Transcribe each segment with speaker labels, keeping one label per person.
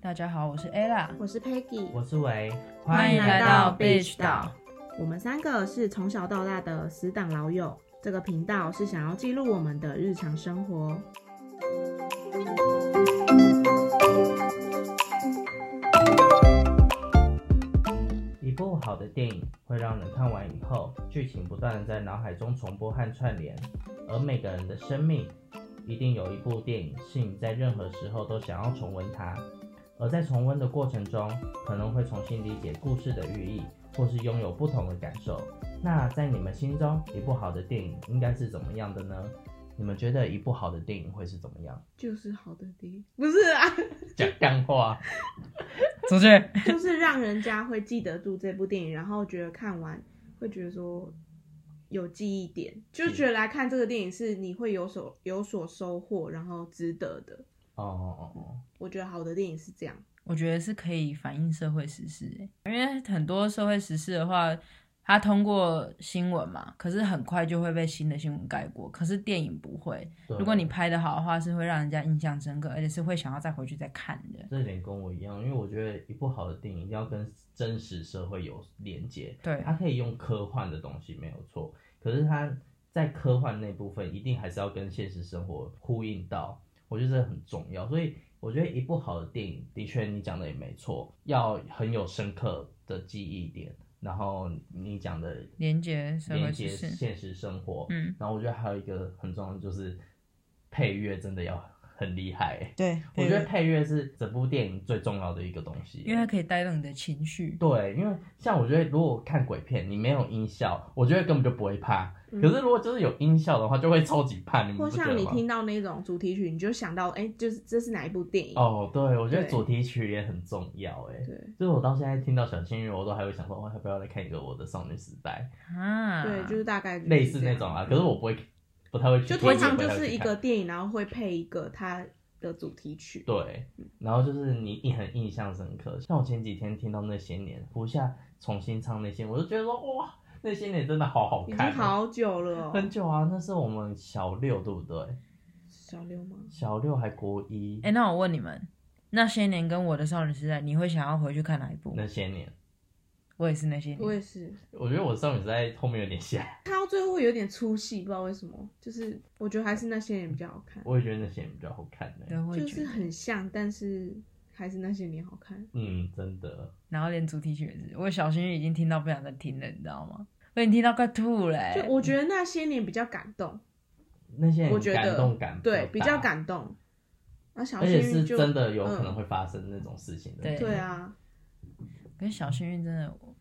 Speaker 1: 大家好，我是 Ella，
Speaker 2: 我是 Peggy，
Speaker 3: 我是维，
Speaker 1: 欢迎来到 Beach 岛。
Speaker 2: 我们三个是从小到大的死党老友。这个频道是想要记录我们的日常生活。
Speaker 3: 一部好的电影会让人看完以后，剧情不断的在脑海中重播和串联，而每个人的生命一定有一部电影是你在任何时候都想要重温它，而在重温的过程中，可能会重新理解故事的寓意，或是拥有不同的感受。那在你们心中，一部好的电影应该是怎么样的呢？你们觉得一部好的电影会是怎么样？
Speaker 2: 就是好的电影，不是啊，
Speaker 3: 讲干话，
Speaker 1: 出去。
Speaker 2: 就是让人家会记得住这部电影，然后觉得看完会觉得说有记忆点，就觉得来看这个电影是你会有所有所收获，然后值得的。
Speaker 3: 哦哦哦，
Speaker 2: 我觉得好的电影是这样，
Speaker 1: 我觉得是可以反映社会时事、欸，因为很多社会时事的话，它通过新闻嘛，可是很快就会被新的新闻盖过。可是电影不会，
Speaker 3: 对
Speaker 1: 如果你拍的好的话，是会让人家印象深刻，而且是会想要再回去再看的。
Speaker 3: 这点跟我一样，因为我觉得一部好的电影一定要跟真实社会有连接，
Speaker 1: 对
Speaker 3: 它可以用科幻的东西没有错，可是它在科幻那部分一定还是要跟现实生活呼应到，我觉得这很重要。所以我觉得一部好的电影，的确你讲的也没错，要很有深刻的记忆点，然后你讲的
Speaker 1: 连接社
Speaker 3: 连
Speaker 1: 会
Speaker 3: 接
Speaker 1: 时事，
Speaker 3: 现实生活，
Speaker 1: 嗯，
Speaker 3: 然后我觉得还有一个很重要的就是配乐真的要很厉害、欸
Speaker 1: 对，
Speaker 3: 我觉得配乐是整部电影最重要的一个东西，
Speaker 1: 因为它可以带动你的情绪。
Speaker 3: 对，因为像我觉得如果看鬼片，你没有音效，我觉得根本就不会怕。
Speaker 2: 嗯
Speaker 3: 可是如果就是有音效的话，就会超级怕，你们
Speaker 2: 或
Speaker 3: 不觉得
Speaker 2: 像你
Speaker 3: 吗？
Speaker 2: 听到那种主题曲，你就想到哎、就是这是哪一部电影？
Speaker 3: 哦，对，我觉得
Speaker 2: 对
Speaker 3: 主题曲也很重要，哎，
Speaker 2: 对
Speaker 3: 就是我到现在听到小幸运，我都还会想说，我要不要来看一个《我的少女时代
Speaker 1: 啊，
Speaker 2: 对，就是大概就》，是
Speaker 3: 嗯类似
Speaker 2: 这
Speaker 3: 那
Speaker 2: 样
Speaker 3: 种啊。可是我不会，不太会去
Speaker 2: 就
Speaker 3: 听，
Speaker 2: 通常就
Speaker 3: 我也不太会
Speaker 2: 是
Speaker 3: 去
Speaker 2: 一
Speaker 3: 看
Speaker 2: 个电影，然后会配一个它的主题曲。
Speaker 3: 对，然后就是你一很印象深刻，像我前几天听到那些年胡夏重新唱那些，我就觉得说哇，那些年真的好好
Speaker 2: 已经
Speaker 3: 看、哦，
Speaker 2: 好久了、
Speaker 3: 很
Speaker 2: 哦，
Speaker 3: 久啊，那是我们小六对不对？
Speaker 2: 小流氓。
Speaker 3: 小六还国一、
Speaker 1: 哎、那我问你们，那些年跟我的少女时代，你会想要回去看哪一部？
Speaker 3: 那些年，
Speaker 1: 我也是那些
Speaker 2: 我
Speaker 1: 年。
Speaker 2: 也是，
Speaker 3: 我觉得我少女时代后面有点像，
Speaker 2: 看到最后会有点出戏，不知道为什么，就是我觉得还是那些年比较好看，
Speaker 3: 我也觉得那些年比较好看欸呢、
Speaker 1: 对，我也
Speaker 2: 就
Speaker 1: 觉
Speaker 2: 是
Speaker 1: 得。
Speaker 2: 很像，但是还是那些年好看。
Speaker 3: 嗯，真的，
Speaker 1: 然后连主题曲也是，我小心翼翼已经听到不想再听了，你知道吗？我已经听到快吐
Speaker 3: 哎
Speaker 1: 了、欸。
Speaker 2: 就我觉得那些年比较感动，
Speaker 3: 那些
Speaker 2: 我
Speaker 3: 人
Speaker 2: 觉
Speaker 3: 感
Speaker 2: 得
Speaker 3: 动感
Speaker 2: 对，比较
Speaker 3: 大，
Speaker 2: 感动。啊，小
Speaker 3: 而且
Speaker 2: 幸
Speaker 3: 是
Speaker 2: 运就
Speaker 3: 真的有可能
Speaker 2: 嗯
Speaker 3: 会发生那种事情的，
Speaker 1: 对
Speaker 2: 对啊，
Speaker 1: 跟小幸运真的，我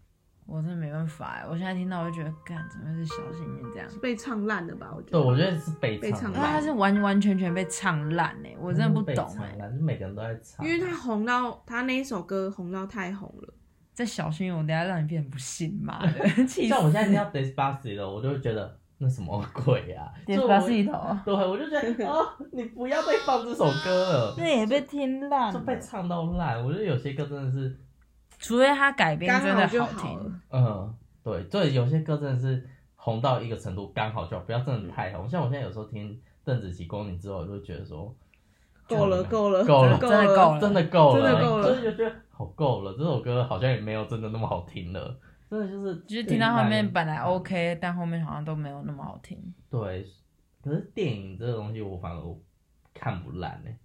Speaker 1: 我真的没办法哎、我现在听到我就觉得，干怎么会是小幸运这样？
Speaker 2: 是被唱烂的吧？我觉
Speaker 3: 对，
Speaker 2: 得。
Speaker 3: 我觉得是被
Speaker 2: 被唱啊
Speaker 3: 唱
Speaker 1: 因为
Speaker 3: 烂，
Speaker 1: 他是完完全全被唱烂哎、我真的不
Speaker 3: 被
Speaker 1: 懂
Speaker 3: 唱
Speaker 1: 哎、
Speaker 3: 烂，就每个人都在唱，
Speaker 2: 欸因为他红到他那一首歌红到太红了，
Speaker 1: 这小幸运，我等一下让你变成不信妈 的，气死
Speaker 3: 像！我现在听到 Despacito，我就会觉得那什么鬼 啊
Speaker 1: Despacito
Speaker 3: 就我对，我就觉得啊、你不要再放这首歌了，
Speaker 1: 这也被听烂
Speaker 3: 就被唱到烂。我觉得有些歌真的是，
Speaker 1: 除非他改编
Speaker 2: 刚
Speaker 1: 真
Speaker 2: 好
Speaker 1: 的
Speaker 2: 就好了
Speaker 1: 听，。
Speaker 3: 嗯，对对，有些歌真的是红到一个程度刚好就好，不要真的太红。像我现在有时候听邓紫棋《公你之后，我就觉得说
Speaker 2: 够了，够了，
Speaker 3: 够了
Speaker 2: 够
Speaker 1: 真的够了
Speaker 3: 真的够了，
Speaker 2: 真的够了
Speaker 3: 就是觉得好够了。这首歌好像也没有真的那么好听了，真的就是
Speaker 1: 就是听到后面本来
Speaker 3: 嗯
Speaker 1: OK，但后面好像都没有那么好听。
Speaker 3: 对，可是电影这个东西我反而看不烂欸呢、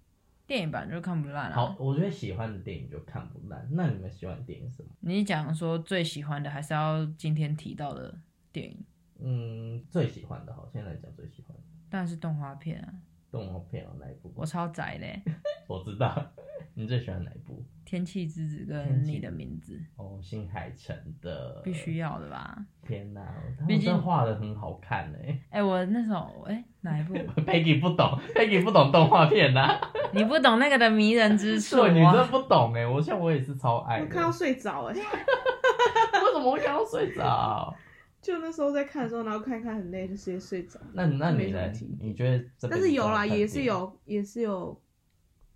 Speaker 1: 电影版就看不烂
Speaker 3: 好
Speaker 1: 啊。，
Speaker 3: 我觉得喜欢的电影就看不烂。那你们喜欢电影什么？
Speaker 1: 你讲说最喜欢的还是要今天提到的电影，
Speaker 3: 嗯，最喜欢的好，现在来讲最喜欢的
Speaker 1: 当然是动画片啊。
Speaker 3: 动画片有哪一部？
Speaker 1: 我超宅嘞、
Speaker 3: 我知道， 你最喜欢哪一部？
Speaker 1: 天气之子》跟
Speaker 3: 天气
Speaker 1: 你的名字，
Speaker 3: 哦，新海诚的。
Speaker 1: 必须。要的吧？
Speaker 3: 天哪、他
Speaker 1: 毕
Speaker 3: 们
Speaker 1: 竟
Speaker 3: 真的画的很好看呢、欸
Speaker 1: 哎、我那时候哎、哪一部？
Speaker 3: Peggy 不懂，Peggy 不懂动画片呐、啊，
Speaker 1: 你不懂那个的迷人之处
Speaker 3: 对，你真的
Speaker 1: 啊！
Speaker 3: 不懂哎、我像我也是超爱
Speaker 2: 我
Speaker 3: 的。
Speaker 2: 看到 睡着哎、
Speaker 3: 为什么会看到睡着？
Speaker 2: 就那时候在看的时候，然后看一看很累，就直接睡着。
Speaker 3: 那你那
Speaker 2: 没
Speaker 3: 你
Speaker 2: 什么
Speaker 3: 呢
Speaker 2: 提？
Speaker 3: 你觉得这辈子
Speaker 2: 但是有
Speaker 3: 最好
Speaker 2: 啦，
Speaker 3: 看
Speaker 2: 也
Speaker 3: 的
Speaker 2: 是
Speaker 3: 电影
Speaker 2: 啊有，也是有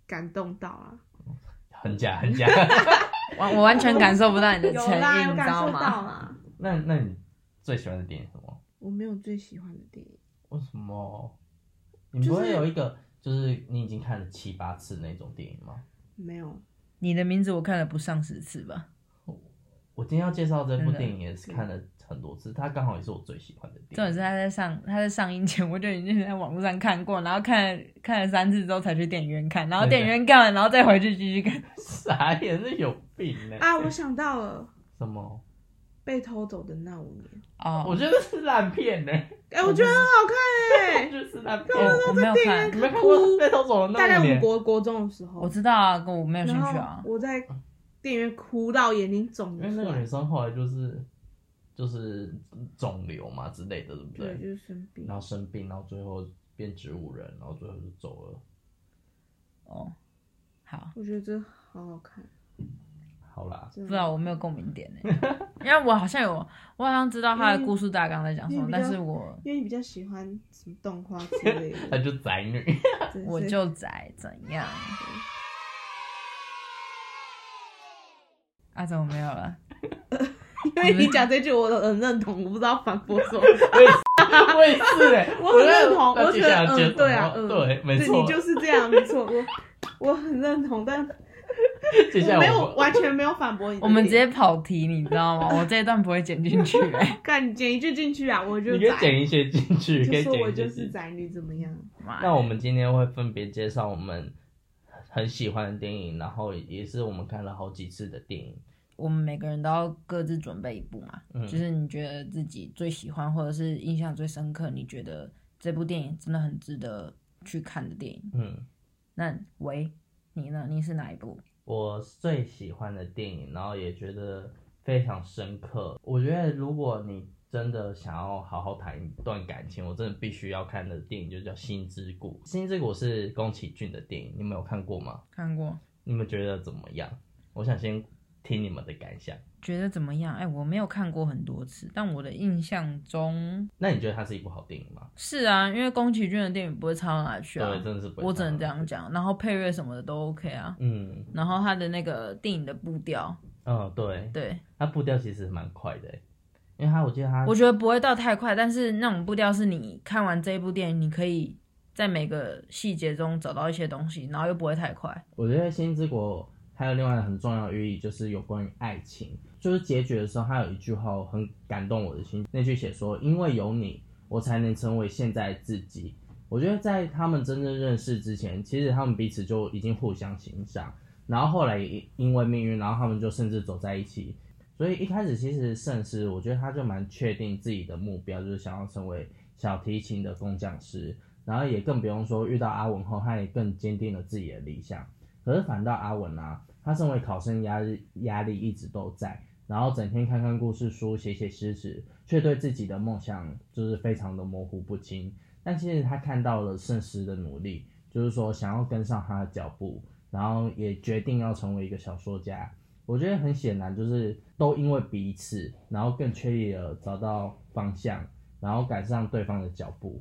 Speaker 2: 感动到啦。
Speaker 3: 很假很假。
Speaker 1: 完我完全感受不到你的
Speaker 2: 有
Speaker 1: 诚
Speaker 2: 啦，
Speaker 1: 意，你
Speaker 2: 有
Speaker 1: 知
Speaker 2: 感
Speaker 1: 道
Speaker 2: 受到啊
Speaker 1: 吗？
Speaker 2: 啦。
Speaker 3: 那那你最喜欢的电影是什么？
Speaker 2: 我没有最喜欢的电影，
Speaker 3: 为什么？你不
Speaker 2: 就
Speaker 3: 会
Speaker 2: 是
Speaker 3: 有一个就是你已经看了七八次那种电影吗？
Speaker 2: 没有。
Speaker 1: 你的名字我看了不上十次吧？
Speaker 3: 我今天要介绍这部
Speaker 1: 真的
Speaker 3: 电影也是看了很多次，它刚好也是我最喜欢的
Speaker 1: 重点
Speaker 3: 电
Speaker 1: 是
Speaker 3: 影。
Speaker 1: 他在上他在上映前我就已经在网络上看过，然后看看了三次之后才去电影院看，然后
Speaker 3: 对对
Speaker 1: 电影院看完，然后再回去继续看。
Speaker 3: 傻眼，是有病 呢、
Speaker 2: 啊，我想到了，
Speaker 3: 什么？
Speaker 2: 被偷走的那五年。
Speaker 1: 哦，
Speaker 3: 我觉得是烂片呢、
Speaker 2: 哎、我觉得很好看哎、
Speaker 3: 我觉得是烂片。
Speaker 1: 哦我我没有看，
Speaker 3: 你没看过《被偷走的
Speaker 2: 大
Speaker 3: 那
Speaker 2: 概
Speaker 3: 五
Speaker 2: 我
Speaker 3: 年
Speaker 2: 们》？国国中的时候，
Speaker 1: 我知道啊，跟我没有兴
Speaker 2: 然
Speaker 1: 趣啊
Speaker 2: 后。我在电影院哭到眼睛肿
Speaker 3: 因
Speaker 2: 了
Speaker 3: 为那
Speaker 2: 出
Speaker 3: 个女
Speaker 2: 来，
Speaker 3: 生后来就是就是肿瘤嘛之类的，对不
Speaker 2: 对，就
Speaker 3: 对？
Speaker 2: 是生病
Speaker 3: 然。后生病，然后最后变植物人，然后最后就走了。
Speaker 1: 哦，好，
Speaker 2: 我觉得这好好看，
Speaker 3: 好啦，
Speaker 2: 真
Speaker 1: 不知
Speaker 2: 的
Speaker 1: 道我没有共鸣点呢、 因为我好像有，我好像知道他的故事大纲在讲什么
Speaker 2: 因为，比较
Speaker 1: 但是我
Speaker 2: 因为你比较喜欢什么动画之类
Speaker 3: 她
Speaker 2: 的，
Speaker 3: 就宅女。
Speaker 2: 对
Speaker 1: 我
Speaker 2: 所以
Speaker 1: 就宅怎样？啊，怎么没有了？
Speaker 2: 因为你讲这句我很认同，我不知道反驳 什么，
Speaker 3: 我也是哎、
Speaker 2: 我很认同，
Speaker 3: 那
Speaker 2: 我
Speaker 3: 接
Speaker 2: 觉
Speaker 3: 下
Speaker 2: 得
Speaker 3: 来呃接什
Speaker 2: 嗯，
Speaker 3: 么
Speaker 2: 对啊，嗯，
Speaker 3: 对，没错，
Speaker 2: 你就是这样，没错，我我很认同， 但
Speaker 3: 接下
Speaker 2: 我
Speaker 3: 来
Speaker 2: 没
Speaker 3: 我
Speaker 2: 有完全没有反驳你的意
Speaker 1: 我
Speaker 2: 见，
Speaker 1: 们直接跑题，你知道吗？我这一段不会剪进去、 欸，
Speaker 2: 看你剪一句进去啊，我就
Speaker 3: 你可以
Speaker 2: 宰
Speaker 3: 剪一些进去，可
Speaker 2: 就
Speaker 3: 以
Speaker 2: 说我
Speaker 3: 剪一
Speaker 2: 就是
Speaker 3: 些进去。
Speaker 2: 宅女怎么样？
Speaker 1: 妈
Speaker 3: 那我们今天会分别介绍我们很喜欢的电影，然后也是我们看了好几次的电影。
Speaker 1: 我们每个人都要各自准备一部嘛，
Speaker 3: 嗯
Speaker 1: 就是你觉得自己最喜欢或者是印象最深刻，你觉得这部电影真的很值得去看的电影。
Speaker 3: 嗯，
Speaker 1: 那喂，你呢？你是哪一部？
Speaker 3: 我最喜欢的电影，然后也觉得非常深刻。我觉得如果你真的想要好好谈一段感情，我真的必须要看的电影就叫《心之谷》。《心之谷》是宫崎骏的电影，你们有看过吗？
Speaker 1: 看过，
Speaker 3: 你们觉得怎么样？我想先听你们的感想。
Speaker 1: 觉得怎么样？哎、我没有看过很多次，但我的印象中
Speaker 3: 那你觉得它是一部好电影吗？
Speaker 1: 是啊，因为宫崎骏的电影不会差到哪去啊，
Speaker 3: 对，真的是不会
Speaker 1: 我只能这
Speaker 3: 差很
Speaker 1: 样讲。然后配乐什么的都 OK 啊，
Speaker 3: 多。嗯
Speaker 1: 然后他的那个电影的步调，
Speaker 3: 嗯，对，
Speaker 1: 对
Speaker 3: 它步调其实蛮快的欸，因为它我记得它
Speaker 1: 我觉得不会到太快，但是那种步调是你看完这一部电影，你可以在每个细节中找到一些东西，然后又不会太快。
Speaker 3: 我觉得《新之国》还有另外很重要的寓意，就是有关于爱情。就是结局的时候，他有一句话我很感动我的心，那句写说：“因为有你，我才能成为现在自己。”我觉得在他们真正认识之前，其实他们彼此就已经互相欣赏，然后后来也因为命运，然后他们就甚至走在一起。所以一开始其实圣师，我觉得他就蛮确定自己的目标，就是想要成为小提琴的工匠师，然后也更不用说遇到阿文后，他也更坚定了自己的理想。可是反倒阿文啊，他身为考生压力压力一直都在，然后整天看看故事书、写写诗词，却对自己的梦想就是非常的模糊不清。但其实他看到了圣师的努力，就是说想要跟上他的脚步，然后也决定要成为一个小说家。我觉得很显然就是都因为彼此，然后更确立了找到方向，然后赶上对方的脚步。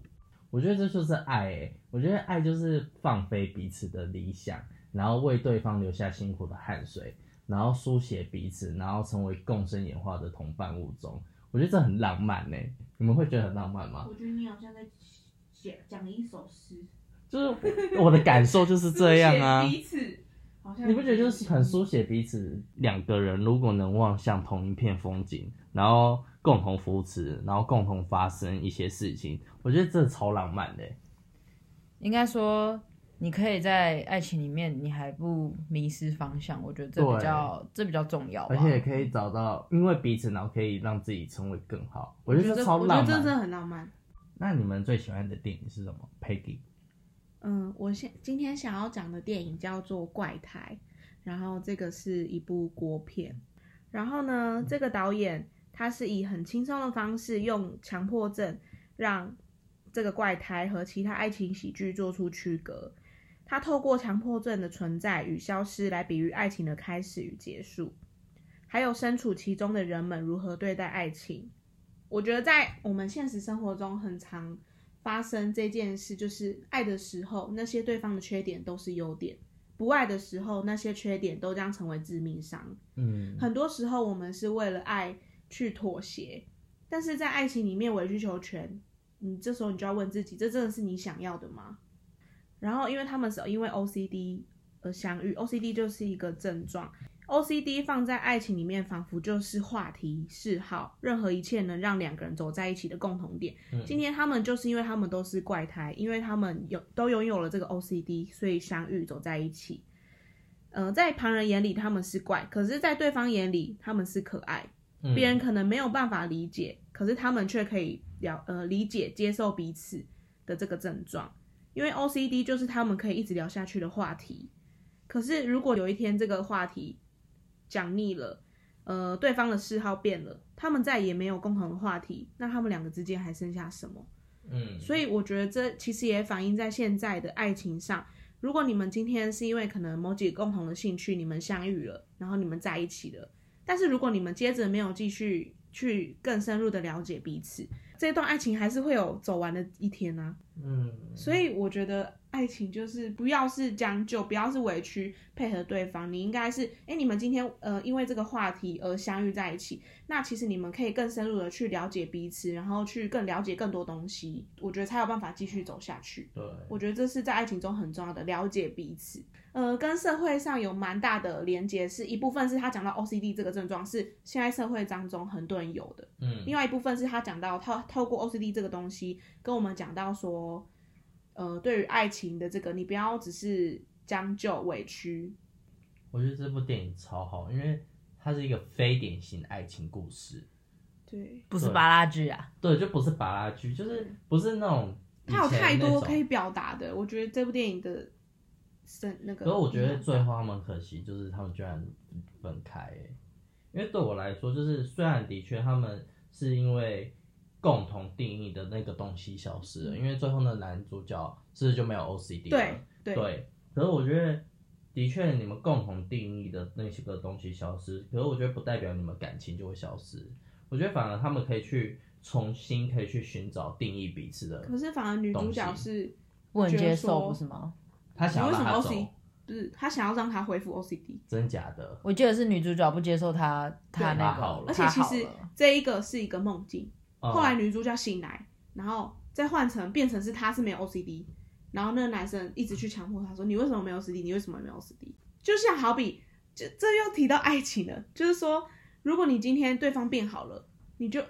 Speaker 3: 我觉得这就是爱、欸，我觉得爱就是放飞彼此的理想。然后为对方留下辛苦的汗水，然后书写彼此，然后成为共生演化的同伴物种。我觉得这很浪漫呢、你们会觉得很浪漫吗？
Speaker 4: 我觉得你好像在写讲一首诗，
Speaker 3: 就是我的感受 就是这样啊
Speaker 4: 书。写彼此好像
Speaker 3: 你不觉得就是很书写彼此两个人如果能望向同一片风景，然后共同扶持，然后共同发生一些事情，我觉得这超浪漫的欸、
Speaker 1: 应该说，你可以在爱情里面，你还不迷失方向，我觉得这
Speaker 3: 对
Speaker 1: 比较这比较重要吧
Speaker 3: 而。且也可以找到，因为彼此，然后可以让自己成为更好。我觉得这超
Speaker 2: 我觉
Speaker 3: 浪
Speaker 2: 得这真的
Speaker 3: 漫。
Speaker 2: 很浪漫。
Speaker 3: 那你们最喜欢的电影是什么？Peggy。
Speaker 2: 嗯，我现今天想要讲的电影叫做《怪胎》，然后这个是一部国片，然后呢，这个导演他是以很轻松的方式，用强迫症让这个怪胎和其他爱情喜剧做出区隔。他透过强迫症的存在与消失来比喻爱情的开始与结束，还有身处其中的人们如何对待爱情。我觉得在我们现实生活中很常发生这件事，就是爱的时候，那些对方的缺点都是优点，不爱的时候，那些缺点都将成为致命伤。
Speaker 3: 嗯，
Speaker 2: 很多时候，我们是为了爱去妥协，但是在爱情里面委曲求全，你这时候你就要问自己，这真的是你想要的吗？然后，因为他们是因为 OCD 而相遇，OCD 就是一个症状。OCD 放在爱情里面，仿佛就是话题、嗜好，任何一切能让两个人走在一起的共同点。
Speaker 3: 嗯
Speaker 2: 今天他们就是因为他们都是怪胎，因为他们有都拥有了这个 OCD，所以相遇走在一起。呃，在旁人眼里他们是怪，可是，在对方眼里他们是可爱。
Speaker 3: 嗯
Speaker 2: 别人可能没有办法理解，可是他们却可以了呃理解、接受彼此的这个症状，因为 OCD 就是他们可以一直聊下去的话题。可是如果有一天这个话题讲腻了，呃，对方的嗜好变了，他们再也没有共同的话题，那他们两个之间还剩下什么？
Speaker 3: 嗯，
Speaker 2: 所以我觉得这其实也反映在现在的爱情上。如果你们今天是因为可能某几个共同的兴趣，你们相遇了，然后你们在一起了，但是如果你们接着没有继续去更深入的了解彼此，这段爱情还是会有走完的一天啊。
Speaker 3: 嗯，
Speaker 2: 所以我觉得爱情就是不要是将就，不要是委屈配合对方，你应该是，哎，你们今天呃因为这个话题而相遇在一起，那其实你们可以更深入的去了解彼此，然后去更了解更多东西，我觉得才有办法继续走下去。
Speaker 3: 对，
Speaker 2: 我觉得这是在爱情中很重要的了解彼此，呃，跟社会上有蛮大的连接，是一部分是他讲到 OCD 这个症状是现在社会当中很多人有的，
Speaker 3: 嗯，
Speaker 2: 另外一部分是他讲到透透过 OCD 这个东西跟我们讲到说，呃，对于爱情的这个，你不要只是将就委屈，
Speaker 3: 我觉得这部电影超好，因为它是一个非典型爱情故事，
Speaker 2: 对，
Speaker 1: 不是
Speaker 3: 对
Speaker 1: 巴拉剧啊，
Speaker 3: 对，就不是拔拉剧，就是不是那种以前
Speaker 2: 他有太
Speaker 3: 那
Speaker 2: 多
Speaker 3: 种
Speaker 2: 可以。表达的，我觉得这部电影的深那个，
Speaker 3: 可是我觉得最后他们可惜就是他们居然分开、欸，因为对我来说，就是虽然的确他们是因为共同定义的那个东西消失了，因为最后那个男主角是不是就没有 OCD 了
Speaker 2: 对对
Speaker 3: 对，可是我觉得的确你们共同定义的那些个东西消失，可是我觉得不代表你们感情就会消失，我觉得反而他们可以去重新可以去寻找定义彼此的，
Speaker 2: 可是反而女主角
Speaker 3: 东西
Speaker 2: 是
Speaker 1: 不能接
Speaker 2: 觉得
Speaker 1: 受
Speaker 2: 说
Speaker 1: 不是吗？
Speaker 3: 他想要
Speaker 2: 你为什么
Speaker 3: 让他走，
Speaker 2: OCD 不是她想要让他恢复 OCD，
Speaker 3: 真假的，
Speaker 1: 我记得是女主角不接受他他
Speaker 2: 对
Speaker 1: 那
Speaker 3: 她好
Speaker 1: 个
Speaker 3: 了，
Speaker 2: 而且
Speaker 1: 她
Speaker 2: 其
Speaker 1: 好
Speaker 2: 实
Speaker 1: 了
Speaker 2: 这一个是一个梦境，
Speaker 3: 嗯
Speaker 2: 后
Speaker 1: 哦
Speaker 2: 来女主角醒来，然后再换成变成是她是没有 OCD，然后那个男生一直去强迫她说你为什么没有 OCD，你为什么没有 OCD？就像好比这这又提到爱情了，就是说如果你今天对方变好了，你就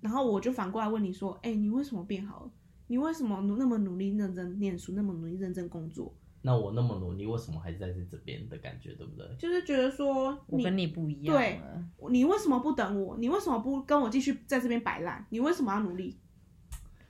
Speaker 2: 然后我就反过来问你说，哎、你为什么变好了？你为什么那么努力认真念书，那么努力认真工作？
Speaker 3: 那我那么努力，为什么还在这这边的感觉，对不对？
Speaker 2: 就是觉得说
Speaker 1: 我
Speaker 2: 你
Speaker 1: 跟你不一样
Speaker 2: 对
Speaker 1: 了，
Speaker 2: 你为什么不等我？你为什么不跟我继续在这边摆烂？你为什么要努力？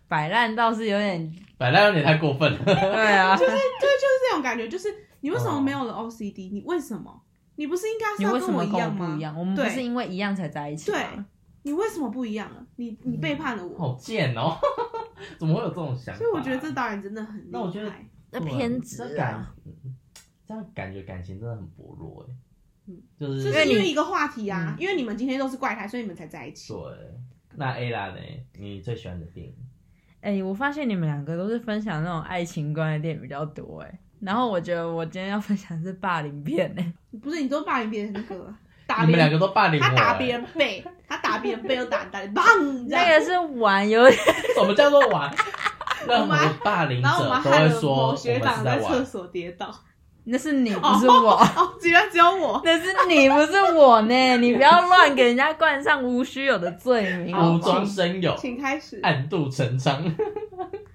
Speaker 1: 摆烂倒是有 点
Speaker 3: 摆烂有点太过分了。
Speaker 1: 对啊，
Speaker 2: 就是 这种感觉，就是你为什么没有了 OCD？、你为什么？你不是应该是
Speaker 1: 你
Speaker 2: 要
Speaker 1: 为
Speaker 2: 跟
Speaker 1: 什么
Speaker 2: 我
Speaker 1: 跟我
Speaker 2: 样
Speaker 1: 不
Speaker 2: 吗？
Speaker 1: 一样？我们不
Speaker 2: 对
Speaker 1: 是因为一样才在一起
Speaker 2: 对
Speaker 1: 吗？
Speaker 2: 你为什么不一样了？你你背叛了我，
Speaker 3: 好贱哦！ 怎么会有这种想法？
Speaker 2: 所以我觉得这导演真的很厉害。
Speaker 3: 那我觉得
Speaker 1: 那
Speaker 3: 对
Speaker 1: 偏执
Speaker 3: 这
Speaker 1: 啊
Speaker 3: 感。嗯这样感觉感情真的很薄弱哎。
Speaker 2: 嗯，
Speaker 3: 就是
Speaker 2: 就
Speaker 1: 为
Speaker 2: 是
Speaker 1: 你
Speaker 2: 因为一个话题啊，
Speaker 1: 嗯
Speaker 2: 因为你们今天都是怪胎，所以你们才在一起。
Speaker 3: 对。那 A 啦呢？你最喜欢的电影？
Speaker 1: 哎、我发现你们两个都是分享那种爱情观的电影比较多哎、然后我觉得我今天要分享的是霸凌片哎、
Speaker 2: 不是你都霸凌别人那个打
Speaker 3: 你们
Speaker 2: 别
Speaker 3: 两
Speaker 2: 人，
Speaker 3: 个都霸凌我
Speaker 2: 他
Speaker 3: 欸。
Speaker 2: 打别人背，他打别人背又打打砰，这
Speaker 1: 那
Speaker 2: 样
Speaker 1: 个是玩游戏，
Speaker 3: 什么叫做玩？任
Speaker 2: 我们还
Speaker 3: 何霸凌者
Speaker 2: 然后我们
Speaker 3: 都
Speaker 2: 害
Speaker 3: 会
Speaker 2: 了
Speaker 3: 说我
Speaker 2: 某
Speaker 3: 们
Speaker 2: 学
Speaker 3: 是
Speaker 2: 长
Speaker 3: 在
Speaker 2: 厕
Speaker 3: 玩。
Speaker 2: 所跌倒。
Speaker 1: 那是你不是我，
Speaker 2: 哦，居然只有我。
Speaker 1: 那是你不是我呢，你不要乱给人家冠上无须有的罪名哦好
Speaker 3: 无
Speaker 1: 吗？
Speaker 3: 中生有，
Speaker 2: 请开始。
Speaker 3: 暗度陈仓。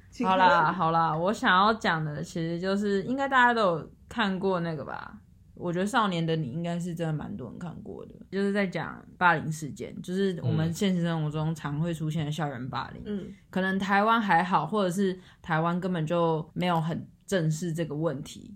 Speaker 2: 请开
Speaker 1: 好
Speaker 2: 始
Speaker 1: 啦，好啦，我想要讲的其实就是应该大家都有看过那个吧。我觉得《少年的你》应该是真的蛮多人看过的，就是在讲霸凌事件，就是我们
Speaker 3: 嗯
Speaker 1: 现实生活中常会出现的校园霸凌。
Speaker 2: 嗯，
Speaker 1: 可能台湾还好，或者是台湾根本就没有很正视这个问题。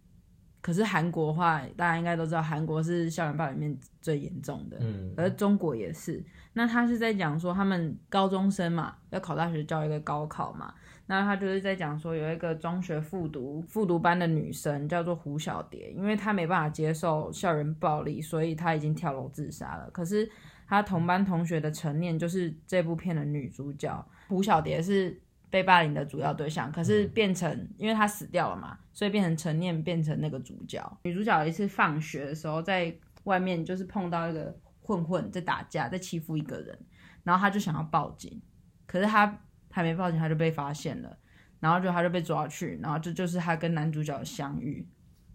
Speaker 1: 可是韩国的话，大家应该都知道，韩国是校园暴力里面最严重的，
Speaker 3: 嗯
Speaker 1: 而中国也是。那他是在讲说，他们高中生嘛，要考大学，叫一个高考嘛。那他就是在讲说，有一个中学复读复读班的女生叫做胡小蝶，因为她没办法接受校园暴力，所以她已经跳楼自杀了。可是她同班同学的陈念就是这部片的女主角，胡小蝶是被霸凌的主要对象，可是
Speaker 3: 嗯
Speaker 1: 变成因为他死掉了嘛，所以变成陈念变成那个主角。女主角有一次放学的时候，在外面就是碰到一个混混在打架，在欺负一个人，然后他就想要报警，可是他还没报警，他就被发现了。然后就他就被抓去，然后这就是他跟男主角的相遇。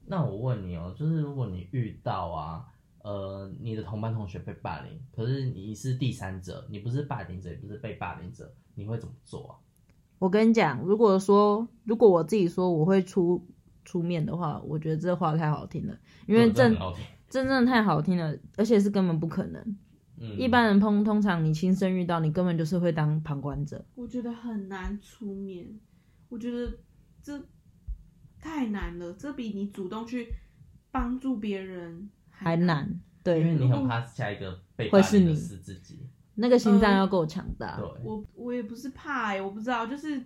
Speaker 3: 那我问你哦，就是如果你遇到啊，呃，你的同班同学被霸凌，可是你是第三者，你不是霸凌者，也不是被霸凌者，你会怎么做啊？
Speaker 1: 我跟你讲，如果说如果我自己说我会出出面的话，我觉得这话太好听了，因为
Speaker 3: 这个
Speaker 1: 真
Speaker 3: 真的很 OK
Speaker 1: 真正太好听了，而且是根本不可能。
Speaker 3: 嗯，
Speaker 1: 一般人通通常你亲身遇到，你根本就是会当旁观者。
Speaker 2: 我觉得很难出面，我觉得这太难了，这比你主动去帮助别人
Speaker 1: 还
Speaker 2: 难。
Speaker 1: 难。
Speaker 3: 因为
Speaker 1: 对，
Speaker 3: 你很怕下一个被
Speaker 1: 会
Speaker 3: 霸
Speaker 1: 是
Speaker 3: 凌的
Speaker 1: 你啊
Speaker 3: 是自己，
Speaker 1: 那个心脏要够强大。
Speaker 3: 对，
Speaker 2: 我我也不是怕、欸，我不知道，就是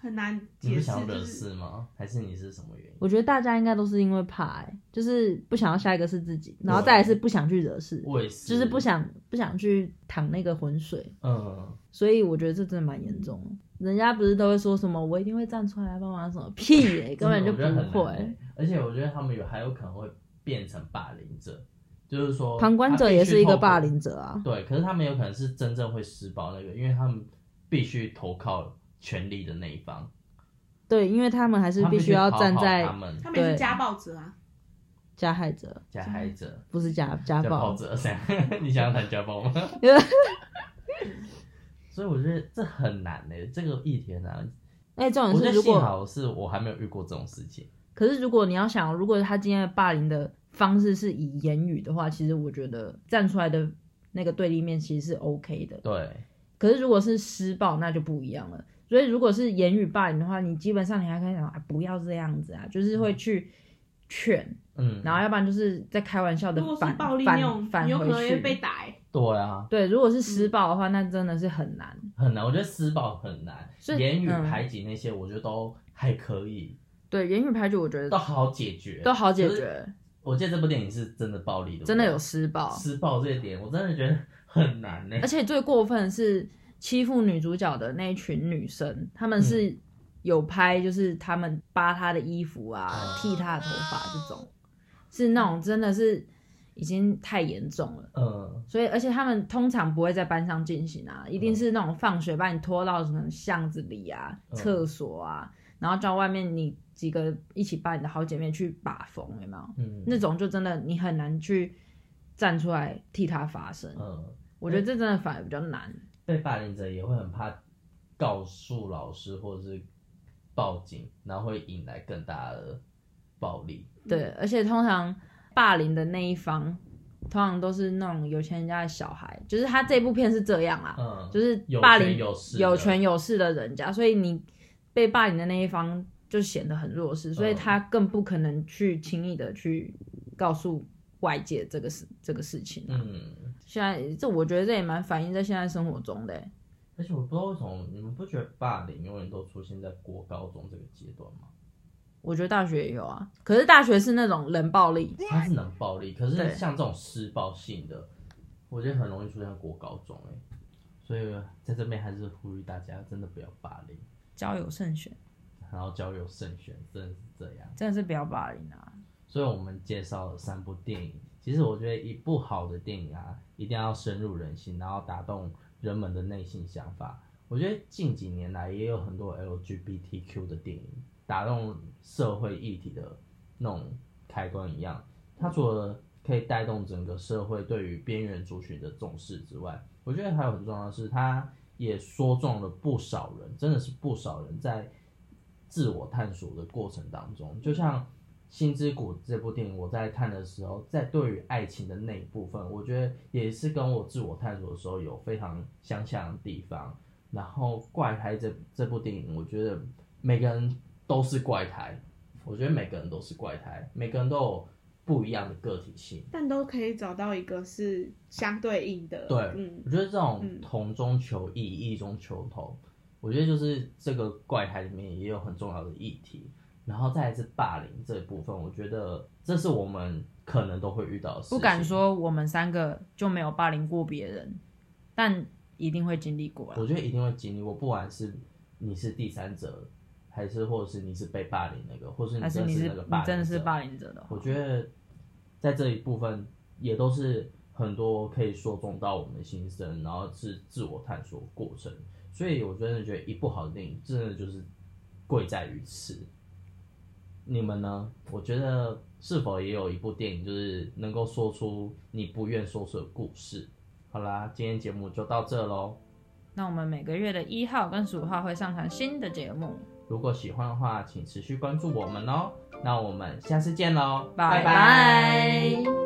Speaker 2: 很难
Speaker 3: 你
Speaker 2: 解
Speaker 3: 不
Speaker 2: 释
Speaker 3: 想要，惹
Speaker 2: 就是
Speaker 3: 事吗？还是你是什么原因？
Speaker 1: 我觉得大家应该都是因为怕、欸，就是不想要下一个是自己，然后
Speaker 3: 啊
Speaker 1: 再来是不想去惹事，
Speaker 3: 我也是，
Speaker 1: 就是不，想不想去淌那个浑水。
Speaker 3: 嗯，
Speaker 1: 所以我觉得这真的蛮严重的。人家不是都会说什么我一定会站出来帮忙什么屁耶、根本就
Speaker 3: 真的我觉得很
Speaker 1: 不会。
Speaker 3: 难欸。而且我觉得他们有还有可能会变成霸凌者，就是说
Speaker 1: 旁观者
Speaker 3: 他必须
Speaker 1: 也是一
Speaker 3: 透
Speaker 1: 个
Speaker 3: 过
Speaker 1: 霸凌者啊，
Speaker 3: 对，可是他们有可能是真正会施暴那个，因为他们必须投靠权力的那一方，
Speaker 1: 对，因为他们还是
Speaker 3: 他
Speaker 1: 必
Speaker 3: 须
Speaker 1: 须要站
Speaker 3: 讨好他
Speaker 1: 在
Speaker 3: 们
Speaker 2: 他们也
Speaker 1: 对
Speaker 2: 是家暴者啊，
Speaker 1: 加害者，
Speaker 3: 加害者、
Speaker 1: 不是家家
Speaker 3: 家暴
Speaker 1: 暴。
Speaker 3: 者这样。 你想要谈家暴吗？所以我觉得这很难呢、欸这个议题很难。
Speaker 1: 哎，重
Speaker 3: 我觉
Speaker 1: 点
Speaker 3: 得
Speaker 1: 是如
Speaker 3: 幸
Speaker 1: 果，
Speaker 3: 好是我还没有遇过这种事情。
Speaker 1: 可是如果你要想，如果他今天的霸凌的方式是以言语的话，其实我觉得站出来的那个对立面其实是 OK 的。
Speaker 3: 对，
Speaker 1: 可是如果是施暴，那就不一样了。所以如果是言语霸凌的话，你基本上你还可以讲啊，不要这样子啊，就是会去劝，
Speaker 3: 嗯，
Speaker 1: 然后要不然就是在开玩笑的
Speaker 2: 如果是
Speaker 1: 反
Speaker 2: 暴力那
Speaker 1: 反
Speaker 2: 种，
Speaker 1: 反
Speaker 2: 你有可能
Speaker 1: 回
Speaker 2: 会
Speaker 1: 去。
Speaker 2: 被打、欸。
Speaker 3: 对啊，
Speaker 1: 对，如果是施暴的话，那真的是很难。
Speaker 3: 很难。我觉得施暴很难，
Speaker 1: 是
Speaker 3: 言语
Speaker 1: 嗯
Speaker 3: 排挤那些，我觉得都还可以，
Speaker 1: 对，言语排挤，我觉
Speaker 2: 嗯
Speaker 3: 都
Speaker 1: 得
Speaker 3: 好解决，
Speaker 1: 都好解
Speaker 3: 可是
Speaker 1: 决，
Speaker 3: 我记得这部电影是真的暴力的，
Speaker 1: 真的有施暴，
Speaker 3: 施暴这一点，我真的觉得很难呢、
Speaker 1: 而且最过分的是欺负女主角的那一群女生，她们
Speaker 3: 嗯
Speaker 1: 是有拍，就是她们扒她的衣服啊
Speaker 3: 哦，
Speaker 1: 剃她的头发这种，是那种真的是已经太严重了。
Speaker 3: 嗯，
Speaker 1: 所以，而且他们通常不会在班上进行啊，一定是那种放学把你拖到什么巷子里啊、
Speaker 3: 嗯
Speaker 1: 厕所啊，然后叫外面你几个一起把你的好姐妹去把风，有没有？
Speaker 3: 嗯，
Speaker 1: 那种就真的你很难去站出来替他发声。
Speaker 3: 嗯，
Speaker 1: 我觉得这真的反而比较难。
Speaker 3: 被霸凌者也会很怕告诉老师或者是报警，然后会引来更大的暴力。
Speaker 1: 对，而且通常霸凌的那一方，通常都是那种有钱人家的小孩，就是他这部片是这样啊，
Speaker 3: 嗯，
Speaker 1: 就是
Speaker 3: 有
Speaker 1: 霸
Speaker 3: 权
Speaker 1: 凌
Speaker 3: 有势的，
Speaker 1: 有权有势的人家，所以你被霸凌的那一方就显得很弱
Speaker 3: 嗯
Speaker 1: 势，所以他更不可能去轻易的去告诉外界这个事这个事情、啊。
Speaker 3: 嗯，
Speaker 1: 现在这我觉得这也蛮反映在现在生活中的欸、
Speaker 3: 而且我不知道为什么你们不觉得霸凌永远都出现在国高中这个阶段吗？
Speaker 1: 我觉得大学也有啊，可是大学是那种冷暴力，
Speaker 3: 它是冷暴力，可
Speaker 1: 对
Speaker 3: 是像这种施暴性的，我觉得很容易出现在国高中哎、所以在这边还是呼吁大家，真的不要霸凌，
Speaker 1: 交友慎选，
Speaker 3: 然后交友慎选，真的是这样。
Speaker 1: 真的是不要霸凌啊。
Speaker 3: 所以我们介绍了三部电影，其实我觉得一部好的电影啊，一定要深入人心，然后打动人们的内心想法。我觉得近几年来也有很多 LGBTQ 的电影，打动社会议题的那种开关一样。它除了可以带动整个社会对于边缘族群的重视之外，我觉得还有很重要的是，它也说中了不少人，真的是不少人在自我探索的过程当中，就像《心之谷》这部电影，我在看的时候，在对于爱情的那一部分，我觉得也是跟我自我探索的时候有非常相像的地方。然后《怪胎这》这部电影，我觉得每个人都是怪胎，我觉得每个人都是怪胎，每个人都有不一样的个体性。
Speaker 1: 嗯
Speaker 2: 但都可以找到一个是相对应的，
Speaker 3: 对，
Speaker 2: 嗯，
Speaker 3: 我觉得这种
Speaker 2: 嗯
Speaker 3: 同中求异，异中求同，我觉得就是这个怪胎里面也有很重要的议题。然后再来是霸凌这一部分，我觉得这是我们可能都会遇到的事情。
Speaker 1: 不敢，说我们三个就没有霸凌过别人，但一定会经历过啦。
Speaker 3: 我觉得一定会经历过，不管是你是第三者，还是或者是你是被霸凌那个，或是
Speaker 1: 还
Speaker 3: 你
Speaker 1: 是
Speaker 3: 真的
Speaker 1: 你是
Speaker 3: 那个
Speaker 1: 你
Speaker 3: 霸凌
Speaker 1: 真的是
Speaker 3: 者
Speaker 1: 霸凌者的话，
Speaker 3: 我觉得在这一部分也都是很多可以说中到我们的心声，然后是自我探索过程。所以我真的觉得一部好的电影真的就是贵在于此。你们呢？我觉得是否也有一部电影就是能够说出你不愿说出的故事？好啦，今天节目就到这喽。
Speaker 1: 那我们每个月的一号跟十五号会上传新的节目，
Speaker 3: 如果喜欢的话，请持续关注我们哦。那我们下次见喽，
Speaker 1: 拜
Speaker 3: 拜
Speaker 1: 拜